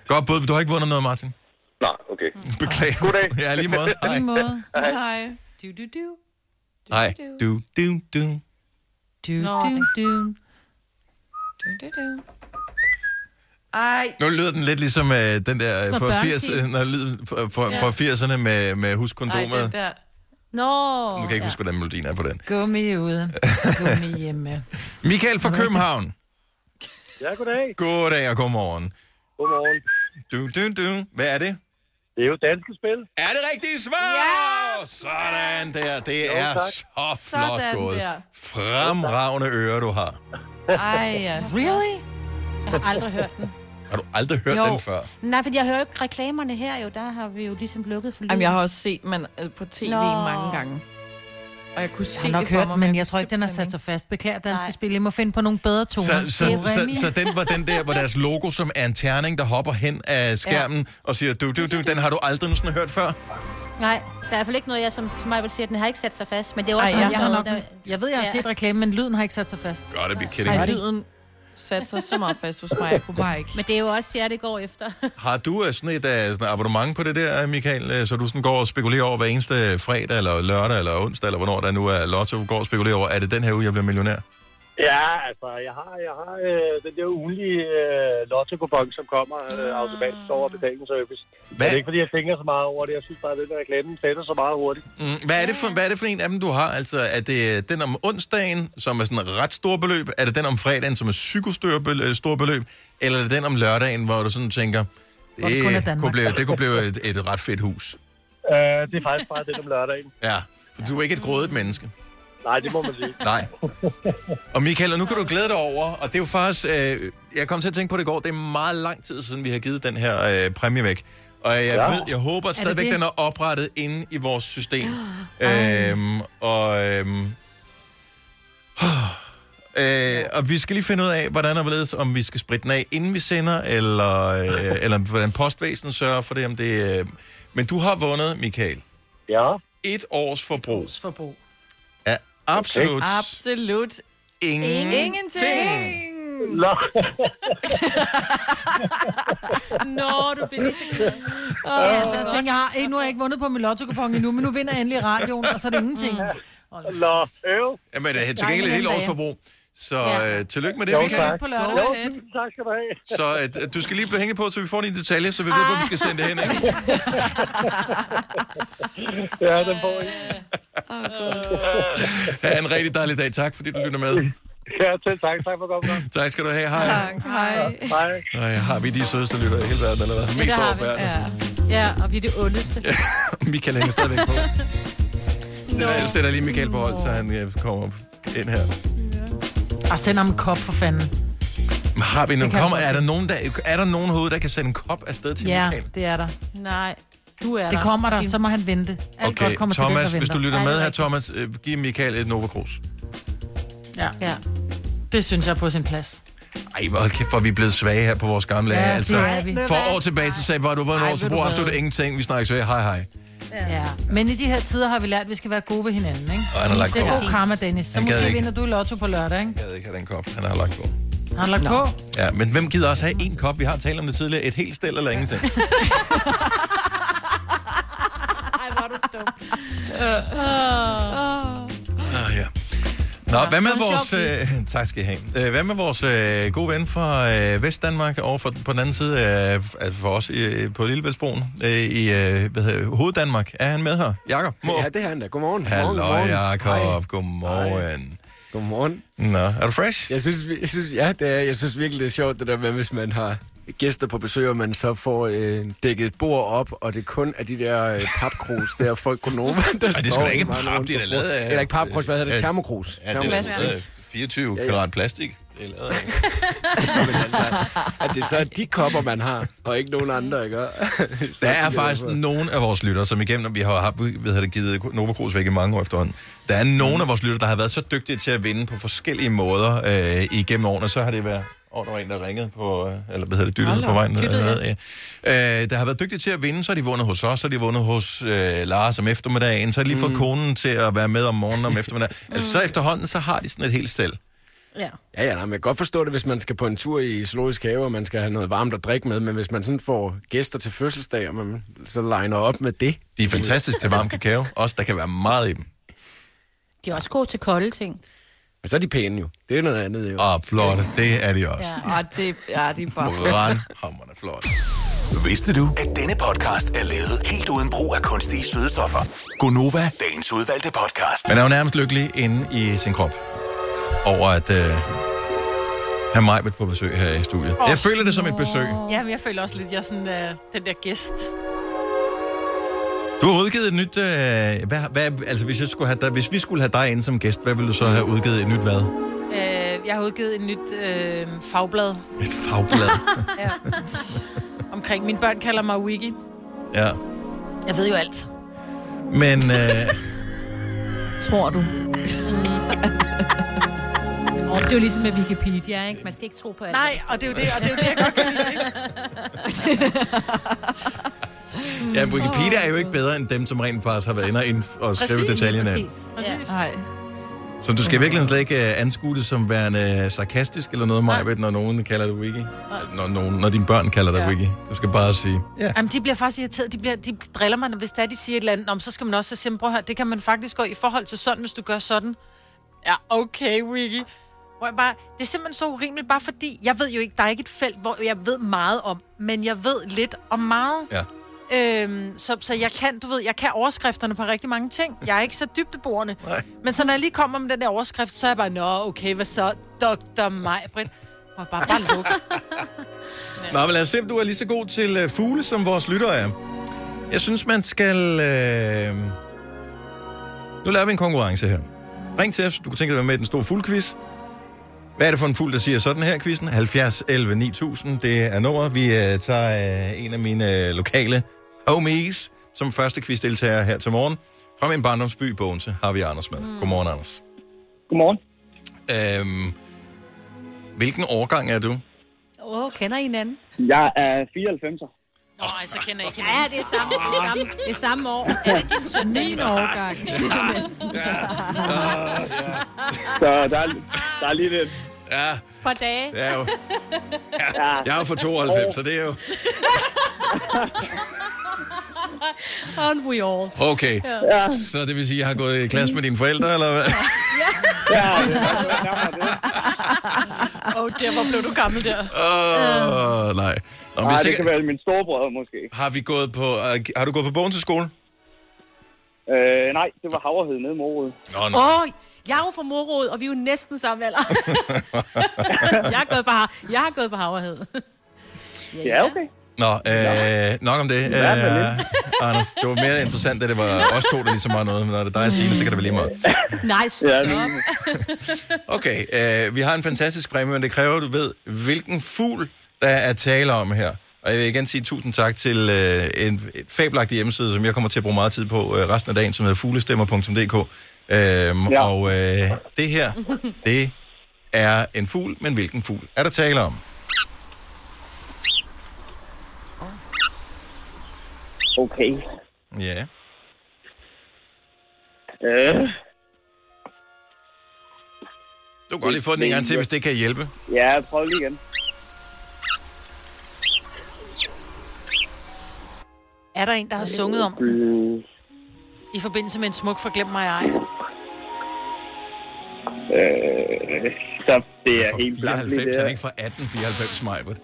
Godt bud, men du har ikke vundet noget, Martin.
Nej, okay.
Beklager. Goddag. (laughs) Ja, lige måde. Hej.
måde.
Hej.
Du, du, du.
Hej. Du, du, du.
Du, du, du.
Du, du, du. Ej.
Nu lyder den lidt ligesom øh, den der
Fra
øh, fra, 80,
børnefilm.
øh, når, lyden fra, fra,
Ja.
fra 80'erne med, med
Ej,
huskondomet.
den
Nu
der.
Nå.
kan jeg ikke huske, hvordan melodien er på den.
Gummi ude. Gummi hjemme.
Michael fra København.
Ja, goddag.
Goddag og godmorgen.
Godmorgen.
Du, du, du. Hvad er det?
Det er jo danske spil.
Er det rigtigt svar? Ja! Sådan der. Det
Jo,
er
tak.
så flot
Sådan
gået.
der.
Fremragende ører, du har.
Ej, ja.
(laughs) Really?
Jeg har aldrig hørt den.
Har du aldrig hørt
Jo.
den før?
Nej, for jeg hører jo ikke reklamerne her jo. Der har vi jo ligesom lukket for lyden.
Jamen, jeg har også set man øh, på tv
Nå.
mange gange. Og jeg kunne
Jeg
se
har nok
det for
hørt,
mig,
den, men jeg tror ikke, den har sat sig fast. Beklager, danske spil. I må finde på nogle bedre toner.
Så, så,
Do, re, mi.
så, så den var den der, hvor deres logo som er en terning, der hopper hen af skærmen og siger, du, du, du, den har du aldrig nogensinde hørt før?
Nej, der er i hvert fald ikke noget, jeg som, som mig vil sige, at den har ikke sat sig fast. Men det er jo også
Ej,
noget,
jeg, har nok,
der...
jeg ved, jeg har set reklame, men lyden har ikke sat sig fast.
Godt, det bliver kidding.
Ej,
me.
lyden satte sig så meget fast hos mig, jeg kunne bare ikke.
Men det er jo også jer, det går efter. (laughs)
Har du øh, sådan et øh, sådan et abonnement på det der, Michael, øh, så du sådan går og spekulerer over hver eneste fredag, eller lørdag, eller onsdag, eller hvornår der nu er lotto, går og spekulerer over, er det den her uge, jeg bliver millionær?
Ja, altså, jeg har, jeg har øh, den der ugenlige øh, lotto-kupon, som kommer
Ah.
øh, automatisk over betalingsservice. Hvad? Det er ikke, fordi jeg tænker så meget over det. Jeg synes bare, at den der reklame den sætter så meget hurtigt.
Mm, hvad, er det for, hvad er det for en af dem, du har? Altså, er det øh, den om onsdagen, som er sådan et ret stort beløb? Er det den om fredagen, som er psykostort beløb? Eller er det den om lørdagen, hvor du sådan tænker,
Hvor det kun er
det, det
Danmark.
kunne blive, det kunne blive et, et ret fedt hus?
Øh, det er faktisk bare det om lørdagen.
Ja, for du er ikke et grådigt menneske.
Nej, det må man sige.
Nej. Og Michael, og nu kan du glæde dig over, og det er jo faktisk, øh, jeg kom til at tænke på det i går, det er meget lang tid siden, vi har givet den her øh, præmie væk. Og jeg, ja.
Ja.
ved, jeg
Er
håber
det
stadigvæk,
det?
den er oprettet inde i vores system.
(gasps)
Øhm, og, øhm, (sighs) øh, og vi skal lige finde ud af, hvordan og hvorledes, om vi skal spritte den af, inden vi sender, eller, øh, eller hvordan postvæsenet sørger for det. Om det øh. Men du har vundet, Michael.
Ja.
Et års forbrug
forbrug.
af absolut
(laughs) Absolut.
Ingen.
Ingenting.
Nå.
Nå, du
du bliver lige så
(laughs)
glad. Åh, altså, jeg tænker, jeg har, eh, nu har jeg ikke vundet på min lotto endnu, men nu vinder jeg endelig i radioen, og så er det ingenting.
Mm.
Nå, øv.
Jamen, det er til gengæld et helt års forbrug. Så øh, tillykke med det,
Jo,
Michael.
tak. På lørdag. Jo, tusind tak skal du have.
Så øh, du skal lige blive hænge på, så vi får dine detaljer, så vi ved, hvor vi skal sende det hen. Ikke?
Ja, den får I.
Ha' en rigtig dejlig dag. Tak, fordi du lytter med.
Ja, selv tak. Tak for godt.
Tak skal du have. Hej.
Hej. Hej.
Nej, har vi de sødeste lytter i hele verden, eller hvad? Mest over verden.
ja.
ja, og vi er det ondeste.
Michael hænger stadigvæk
(laughs)
på. No. Jeg sætter lige Michael på hold, så han øh, kommer ind her.
Og "Ah, send ham en kop for fanden.
Men har vi nogen,
Det kan
kommer,
du.
er der nogen, der, er der nogen hoved, der kan sende en kop afsted til
Ja,
Michael?
det er der.
Nej, du er
Det
der.
kommer der,
Din-
så må han vente. Alt godt kommer til den,
Thomas,
der
hvis du
venter.
lytter
Ja,
med
det
her,
er
Thomas, øh, giv Michael et Nova Cruz.
rigtigt. Ja. ja. Det synes jeg er på sin plads.
Ej, hvor kæft, hvor er vi blevet svage her på vores gamle
Ja,
ja,
det
altså,
er vi.
For år tilbage, så sagde vi bare, du var en
Ej,
års
ved du
forbrug, og stod
hvad?
det ingenting, vi snakkes ved, hej hej.
Ja. Men i de her tider har vi lært, at vi skal være gode ved hinanden, ikke?
Og han har lagt
det er
på.
god karma, Dennis. Så
Han gad
måske
ikke.
vinder du i lotto på lørdag, ikke?
Jeg ved ikke, have den kop, han har lagt på.
Har han lagt på?
Ja, men hvem gider også have en kop? Vi har talt om det tidligere. Et helt stel
(laughs)
eller ingenting.
Ej, hvor er du dum.
Øh. Ah, ja. Nå, hvad med
det var
vores...
sjovt,
Øh, tak skal I have. Øh, hvad med vores øh, gode ven fra øh, Vestdanmark over for, på den anden side af, altså for os øh, på Lillebæltsbroen øh, i øh, hvad hedder, det, Hoveddanmark? Er han med her? Jakob?
Ja, det er han da. Godmorgen.
Hallo,
Godmorgen.
Jakob. Godmorgen.
Godmorgen.
Nå, er du fresh?
Jeg synes, vi- jeg synes, ja, det er, jeg synes virkelig, det er sjovt, det der med, hvis man har gæster på besøg, og man så får øh, dækket et bord op, og det kun er de der øh, papkrus, der folk kunne nå, der
Ej, det er sgu da ikke pap, det er da lavet af...
Eller ikke papkrus, hvad hedder det? Termokrus.
Ja, det er
Termokrus,
lavet
ikke?
af 24
Ja,
ja,
ja.
ja. karat plastik. Det er lavet af.
altså, At det så er de kopper, man har, og ikke nogen andre, ikke? (laughs) Så
Der er
de
faktisk
derfor.
nogen af vores lyttere, som igennem, når vi har haft, ved det, givet Nova Cruz væk i mange år efterhånden, der er nogen af vores lyttere, der har været så dygtige til at vinde på forskellige måder øh, igennem årene, så har det været og der var en, der ringede på, øh, eller hvad hedder det, dyttede
Hold
på
op,
vejen.
dyttede,
Dyttede, ja. øh, der har været dygtige til at vinde, så har de vundet hos os, så har de vundet hos øh, Lars om eftermiddagen, så har de lige fået konen til at være med om morgenen om eftermiddagen. Altså, så efterhånden, så har de sådan et helt stel.
Ja.
Ja, ja, nej, man kan godt forstå det, hvis man skal på en tur i zoologisk have, og man skal have noget varmt at drikke med, men hvis man sådan får gæster til fødselsdag, og man så liner op med det.
De er fantastiske til varm kakao, også der kan være meget i dem.
De er også gode til kolde ting.
Men så er de pæne jo. Det er noget andet jo.
Ah, flot. Det er de også.
Ja. Og det, ja, det er bare
Brandhammerne flot.
Vidste du, at denne podcast er lavet helt uden brug af kunstige sødestoffer? Gonova, dagens udvalgte podcast.
Man er jo nærmest lykkelig inde i sin krop over at øh, have mig på besøg her i studiet. Oh, jeg føler det som et besøg.
Ja, men jeg føler også lidt, jeg er sådan øh, den der gæst.
Du har udgivet et nyt... Øh, hvad, hvad, altså, hvis, jeg skulle have dig, hvis vi skulle have dig inde som gæst, hvad ville du så have udgivet et nyt hvad?
Øh, jeg har udgivet et nyt øh, fagblad.
Et fagblad.
ja. Omkring, mine børn kalder mig Wiggy.
ja.
Jeg ved jo alt.
Men... Øh,
Tror du?
Og det er jo ligesom med Wikipedia, ikke? Man skal ikke tro på alt.
Nej, og det er jo det, og det er jo det, jeg godt kan lide, (laughs) ikke?
ja, Wikipedia er jo ikke bedre end dem, som rent faktisk har været inde og, ind og skrive detaljerne.
Præcis. præcis.
Nej.
Så du skal virkelig slet ikke øh, anskue det som værende øh, sarkastisk eller noget, Maja, når nogen kalder det wiki. Når, nogen, når dine børn kalder dig
Ja.
wiki. Du skal bare sige,
Ja. Jamen, de bliver faktisk irriteret. De, bliver, de driller mig, når- hvis der de siger et eller andet. Om, så skal man også sige, prøv at høre, det kan man faktisk gå i forhold til sådan, hvis du gør sådan. Ja, okay, Wiggy. Hvor jeg bare, det er simpelthen så urimeligt, bare fordi, jeg ved jo ikke, der er ikke et felt, hvor jeg ved meget om, men jeg ved lidt om meget.
Ja.
Øhm, så, så jeg kan, du ved, jeg kan overskrifterne på rigtig mange ting. Jeg er ikke så dybdeborende. Men så når jeg lige kommer med den der overskrift, så er jeg bare, nå, okay, hvad så? Dr. Majbrit. Må jeg bare, bare (laughs) lukke.
Nå, men lad os se, om du er lige så god til øh, fugle, som vores lyttere er. Jeg synes, man skal... Øh... Nu laver vi en konkurrence her. Ring til os, du kunne tænke dig at være med i den store fuglquiz. Hvad er det for en fugl, der siger sådan her, quizzen? 70 11 9000, det er nummeret. Vi øh, tager øh, en af mine øh, lokale homies som første quizdeltager her til morgen. Fra min barndomsby, Bogense, har vi Anders med. Mm. Godmorgen, Anders.
Godmorgen.
Øhm, hvilken årgang er du?
Åh, oh, kender I hinanden?
Jeg er 94.
Nå, ej, så kender jeg ikke
Ja, det er samme, det
Ah.
er samme, det er samme
(laughs)
år.
Er det din søn, Dennis?
Min årgang.
Så der er, der er lige lidt.
Ja,
For dage.
Ja, jo. Ja, jeg er jo fra 92, så det er jo...
Aren't we all?
Okay, ja. så det vil sige, at jeg har gået i klasse med dine forældre, eller hvad?
Åh, oh, der hvor blev du gammel der.
Åh, oh, nej. Nå, men
Nej, det
sikkert-
kan være min storebror måske.
Har, vi gået på, øh, har du gået på bogen til skole?
Øh, nej, det var Havrehed nede i Morud.
Nå, nå.
Åh, oh, jeg er jo fra Morod, og vi er jo næsten samme
(laughs)
alder. jeg har gået på, har- jeg har gået på
(laughs)
havrehed.
Ja, okay.
Nå, øh, nok om det.
Ja, men
Øh, Anders, det var mere interessant, at det var os to, der ligesom var noget. Men når det er dig og Signe, så kan det være lige meget.
Nej, stop.
Ja, Okay, øh, vi har en fantastisk præmie, men det kræver, at du ved, hvilken fugl, der er tale om her. Og jeg vil igen sige tusind tak til øh, en et fabelagtig hjemmeside, som jeg kommer til at bruge meget tid på øh, resten af dagen, som hedder fuglestemmer.dk. Øhm, ja. Og øh, det her, det er en fugl, men hvilken fugl er der tale om?
Okay.
Ja.
Øh,
Du kan godt lige få den en gang til, hvis det kan hjælpe.
ja, prøv lige igen.
Er der en, der har sunget om
den?
I forbindelse med en smuk forglem mig ej.
Øh, så det er helt blankt lige
94, han er
der.
ikke fra 1894, Majbert.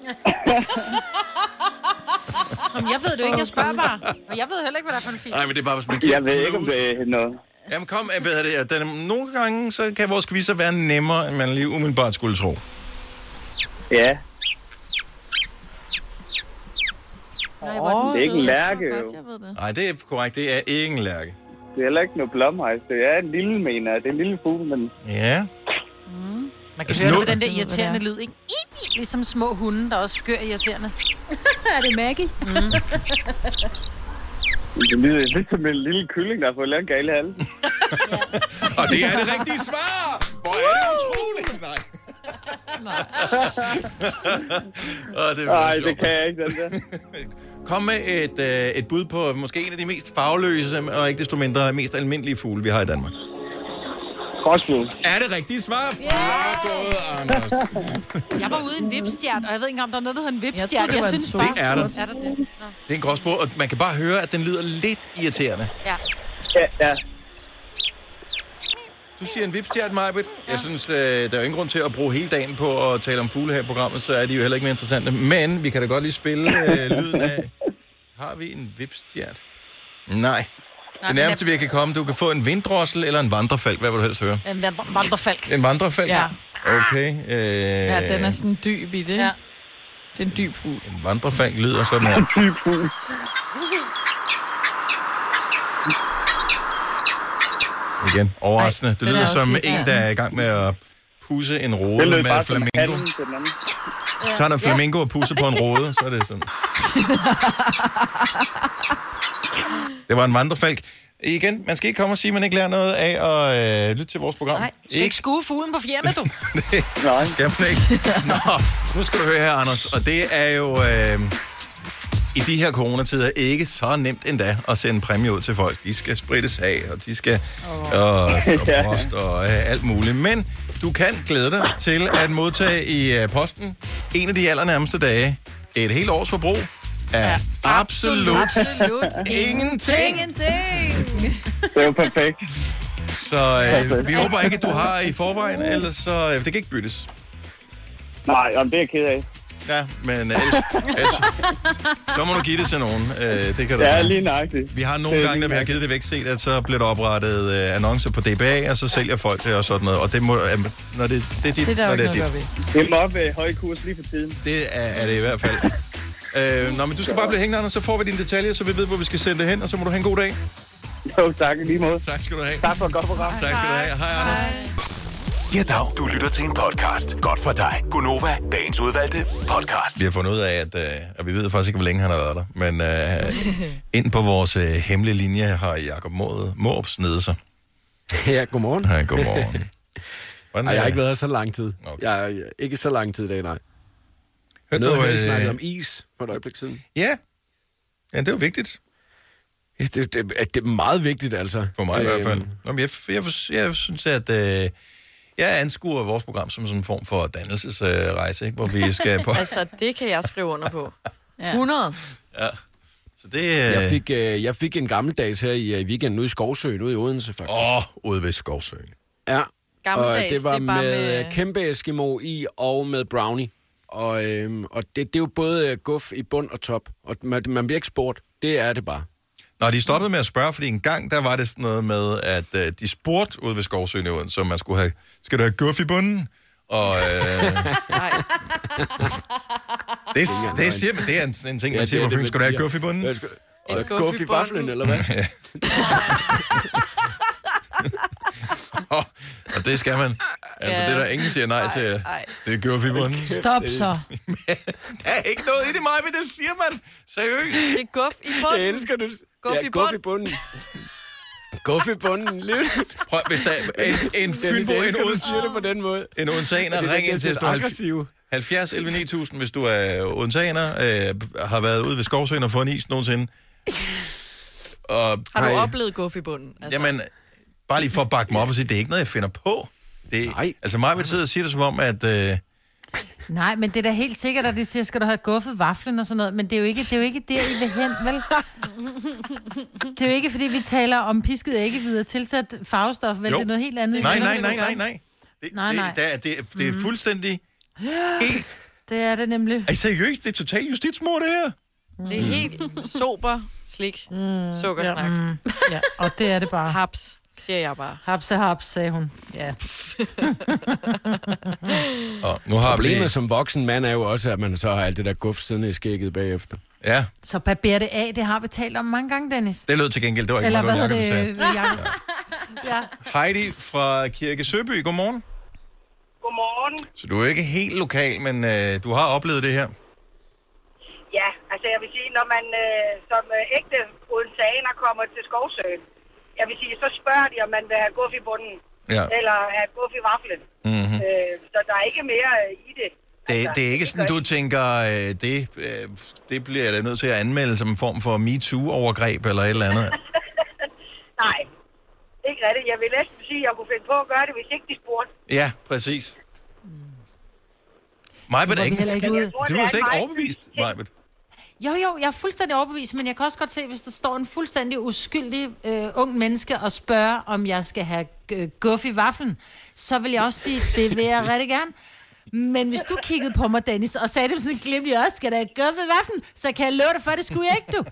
Jamen, jeg ved det jo ikke, jeg spørger bare. Og jeg ved heller ikke, hvad der er for en film.
Nej, men det er bare, hvis man kigger Jeg ved ikke, om det er noget. Jamen kom, jeg ved det. Den, nogle gange, så kan vores quizzer være nemmere, end man lige umiddelbart skulle tro.
Ja.
Nej,
hvor er den Det er ikke en sød. Jeg tror lærke, godt, jo.
Jeg ved det.
Nej, det er korrekt. Det er ikke en lærke.
Det er heller ikke noget blomhejs. Det er en lille, mener jeg. Det er en lille fugl, men...
Ja.
Mm. Man kan
Altså,
høre
nu-
det på den der
Jeg ved, hvad
irriterende
det
lyd, ikke? Ip, ip, Ligesom små hunde, der også gør irriterende.
er det Maggie?
Mm.
Det lyder lidt som en lille kylling, der har fået lavet en gale halv.
Og det er det rigtige svar! Hvor er det
(laughs)
utroligt! Nej. Åh, det
Nej,
sjovt.
det kan jeg ikke, den der.
Kom med et, øh, et bud på måske en af de mest fagløse, og ikke desto mindre mest almindelige fugle, vi har i Danmark.
Gråsfugl.
Er det rigtige svar? Flot gået, Anders.
Jeg var ude i en vipstjert, og jeg ved ikke engang, om der er noget, der hedder en vipstjert.
troede, det var en sort. Det er der.
Er der det? Nå.
Det er en gråsbog, og man kan bare høre, at den lyder lidt irriterende.
Ja.
Ja, ja.
Du siger en vipstjert, Majbet. Jeg synes, øh, der er jo ingen grund til at bruge hele dagen på at tale om fugle her i programmet, så er de jo heller ikke mere interessante. Men vi kan da godt lige spille øh, lyden af... Har vi en vipstjert? Nej. Det nærmeste, vi kan komme, du kan få en vinddrossel eller en vandrefalk. Hvad vil du helst høre?
En vand- vandrefalk.
En vandrefalk?
Ja.
Okay. Øh,
Ja, den er sådan dyb i det. Ja. Det er en dyb fugl.
En vandrefalk lyder sådan her.
(laughs)
Igen. Overraskende. Det
den er
lyder
også
som
syg.
en, der er i gang med at pusse en rode
Det lød
med
bare
en
som
flamingo.
handen til den anden.
Så tager en flamingo og pusser på en rode, så er det
(laughs)
sådan. Det var en vandrefalk. Igen, man skal ikke komme og sige, at man ikke lærer noget af at øh, lytte til vores program.
Nej, du skal ikke skue fuglen på fjernet, du.
Nej. Skal man (laughs) ikke? Nå, nu skal du høre her, Anders. Og det er jo øh, i de her coronatider ikke så nemt endda at sende præmie ud til folk. De skal sprittes af, og de skal og, (laughs) og post og øh, alt muligt. Men du kan glæde dig til at modtage i øh, posten en af de allernærmeste dage et helt års forbrug af ja, absolut,
Absolut
ingenting.
Ingenting.
Det er jo perfekt.
Så øh, vi håber ikke, at du har i forvejen, ellers så... Øh, det kan ikke byttes.
Nej, jamen, det er jeg ked af.
Ja, men øh, Så må du give det til nogen. Øh, det kan du
Ja, lige nøjagtigt.
Vi har nogle
Det er
gange,
lige
når vi har givet det væk, set, at så bliver der oprettet øh, annoncer på DBA, og så sælger folk det og sådan noget. Og det må, øh, når det, det er dit, når det er dit.
Det må op øh, høj kurs lige for tiden.
Det er, er det i hvert fald. Øh, nå, men du skal bare blive hængende, og så får vi dine detaljer, så vi ved, hvor vi skal sende det hen, og så må du have en god dag.
Jo, tak lige måde.
Tak skal du have.
Tak for et godt program.
Tak skal du have. Hej, Anders.
Ja, dag. Du lytter til en podcast. Godt for dig. Gunova, dagens udvalgte podcast.
Vi har fundet ud af, at, øh, og vi ved faktisk ikke, hvor længe han har været der, men (laughs) øh, ind på vores øh, hemmelige linje har Jacob Mårup Mårup snedet sig.
Ja, godmorgen.
(laughs) Ja, godmorgen. Hvordan
Ej, jeg
er-
har ikke været her så lang tid. Okay. Jeg, er- jeg, er ikke så lang tid i dag, nej.
Hørte
Noget,
du,
du,
øh,
øh... snakkede om is for et øjeblik siden.
Ja. Ja, det er jo vigtigt.
Ja, det, det, det er meget vigtigt, altså.
For mig i hvert fald. Nå, men jeg, jeg, jeg synes, at øh, jeg anskuer vores program som sådan en form
(laughs)
for dannelsesrejse, øh, rejse, ikke? hvor vi skal på...
altså, det kan jeg skrive under på. 100.
Ja. Så det...
Jeg fik, øh, jeg fik en gammeldags her i, øh, i weekenden ude i Skovsøen, ude i Odense faktisk.
Åh, oh, ude ved Skovsøen.
Ja,
Gammeldags,
og det var
det er bare
med,
med-
med kæmpe Eskimo i og med brownie. Og, øhm, og det, det er jo både øh, guf i bund og top, og man, man bliver ikke spurgt. Det er det bare.
Nå, de stoppede med at spørge, fordi en gang, der var det sådan noget med, at øh, de spurgte ude ved Skovsøen i Odense, om man skulle have, skal du have guf i bunden? Og øh, det, det, siger, man- det er en, en ting,
Ja,
man
det er
siger på
det,
Fyn.
man
Skal du have
siger.
guf i bunden?
Ja, skal- Og guf i vaflen, eller (laughs) hvad?
Ja. og, og det skal man. Altså, det er der ingen siger nej til. Det er guf i bunden.
Stop så.
(laughs) Der er ikke noget i det, Maja, men det siger man. Seriøst.
Det er guf i bunden.
Jeg elsker du.
Guf
ja,
i
guf i
bunden.
bunden. (laughs) guf i bunden. Liv.
Prøv, hvis der er en, en
Dennis,
fynbo,
jeg
en,
elsker, du
Odense-
siger det på den måde.
en
Det
odenseaner,
er
ring ind til
næsten
os på halv-
aggressiv.
70 11 9000, hvis du er odenseaner, øh, har været ude ved Skovsøen og fået en is nogensinde.
(laughs)
Og,
Har du
Nej.
oplevet guf i bunden? Altså,
Jamen, bare lige for at bakke mig op og sige, det er ikke noget, jeg finder på. Det, Nej. Altså mig vil sidde og sige det som om, at... Øh,
Nej, men det er da helt sikkert, at de siger, skal du have guffet vaflen og sådan noget, men det er jo ikke, det er jo ikke der, I vil hen, vel? (laughs) Det er jo ikke, fordi vi taler om pisket æggehvide og tilsat farvestof, vel?
Jo.
Det er noget helt andet.
Nej,
Det er
nej,
noget,
nej,
du
nej,
gør.
nej. Det,
Nej, nej. Mm.
Det, der, er- det, er- det er fuldstændig... Helt.
Det er det nemlig.
Ej, seriøst, det er totalt justitsmord, det her.
det er helt sober slik mm, sukkersnak.
Ja, mm, ja, og det er det bare.
Haps, siger jeg bare.
Hapse, haps, sagde hun. Ja.
Og nu har
Problemet
vi-
som voksen mand er jo også, at man så har alt det der guf siddende i skægget bagefter.
Ja,
Så barber det af, det har vi talt om mange gange, Dennis.
det lød til gengæld. Det var ikke
Eller
Margot
hvad hedder
Jacobsen,
det?
sagde.
Jacob? Ja.
Heidi fra Kirke Søby, godmorgen.
Godmorgen.
Så du er ikke helt lokal, men øh, du har oplevet det her.
Ja, altså jeg vil sige, når man øh, som øh, ægte odenseaner kommer til Skovsøen, jeg vil sige, så spørger de, om man vil have guff i bunden,
Ja.
eller have guff i vaflen.
Mhm.
Øh, så der er ikke mere øh, i det.
Det, det er ikke sådan, du tænker, øh, det, øh, det bliver jeg da nødt til at anmelde som en form for MeToo-overgreb eller et eller
(laughs)
andet.
Nej, ikke rigtigt. Jeg vil næsten sige, at jeg kunne finde på at gøre det, hvis ikke de spurgte.
Ja, præcis.
Mm.
Majbet er ikke en
heller ikke
skid.
ud.
Du er jo slet ikke overbevist, Majbet.
Jo, jo, jeg er fuldstændig overbevist, men jeg kan også godt se, hvis der står en fuldstændig uskyldig øh, ung menneske og spørger, om jeg skal have øh, guff i vaflen, så vil jeg også sige, det vil jeg rigtig gerne. Men hvis du kiggede på mig, Dennis, og sagde det med sådan en glimt i øjet, skal der have guff i vaflen, så kan jeg love dig for, det skulle jeg ikke, du.
(laughs)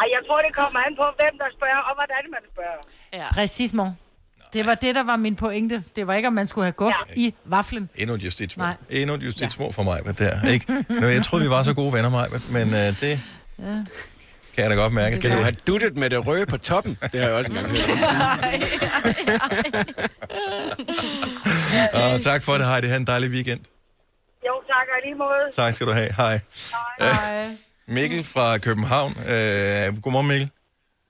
Ej, jeg tror, det kommer an på, hvem der spørger, og hvordan man spørger.
Ja.
Præcis, mor. Det var det, der var min pointe. Det var ikke, om man skulle have guff ja. i vaflen.
Endnu et justitsmål.
Nej.
Endnu et justitsmål for Majbet der, ikke? Nå, jeg troede, vi var så gode venner, Majbet, men øh, det kan
Ja.
jeg da godt mærke.
Skal du have duttet med det røde på toppen? Det har jeg også engang hørt.
Og tak for det, Heidi. Ha' en dejlig weekend.
Jo, tak og i lige måde.
Tak skal du have. Hej. Øh,
Hej.
Mikkel fra København. Øh, godmorgen, Mikkel.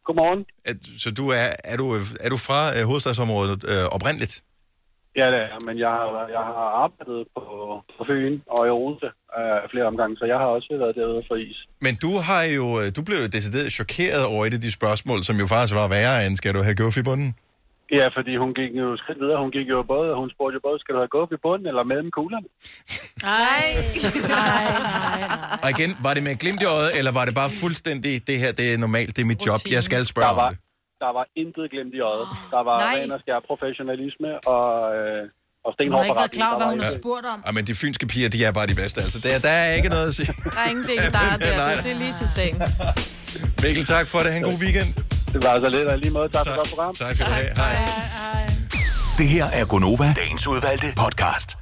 Godmorgen.
At, så du er, er, du, er du fra øh, hovedstadsområdet øh, oprindeligt?
Ja, det er, men jeg, har- jeg har arbejdet på, på Fyn og i Odense øh, flere omgange, så jeg har også været derude for is.
Men du har jo, øh, du blev jo decideret chokeret over et af de spørgsmål, som jo faktisk var værre end, skal du have guff i bunden?
Ja, fordi hun gik jo skridt videre. Hun gik jo både, hun spurgte jo både, skal du have gået i bunden eller mellem kuglerne?
Nej. Nej.
Og igen, var det med et glimt i øjet, eller var det bare fuldstændig, det her, det er normalt, det er mit job, jeg skal spørge
Der var-
om det?
Der var intet glemt i øjet. Der var
Nej.
ren og skær professionalisme og, øh, og
Hun har
stenhård
ikke været klar, over, hvad hun
Der var
har
intet.
spurgt om.
Ej, men de fynske piger, de er bare de bedste, altså. Der, der er ikke noget at sige.
Ring, det er ikke dig, det er, du. det er lige til sagen.
Mikkel, tak for det. Ha' en god weekend.
Det var så lidt, og i lige måde tak for godt program.
Tak skal du have. Hej.
Det her er Gonova, dagens udvalgte podcast.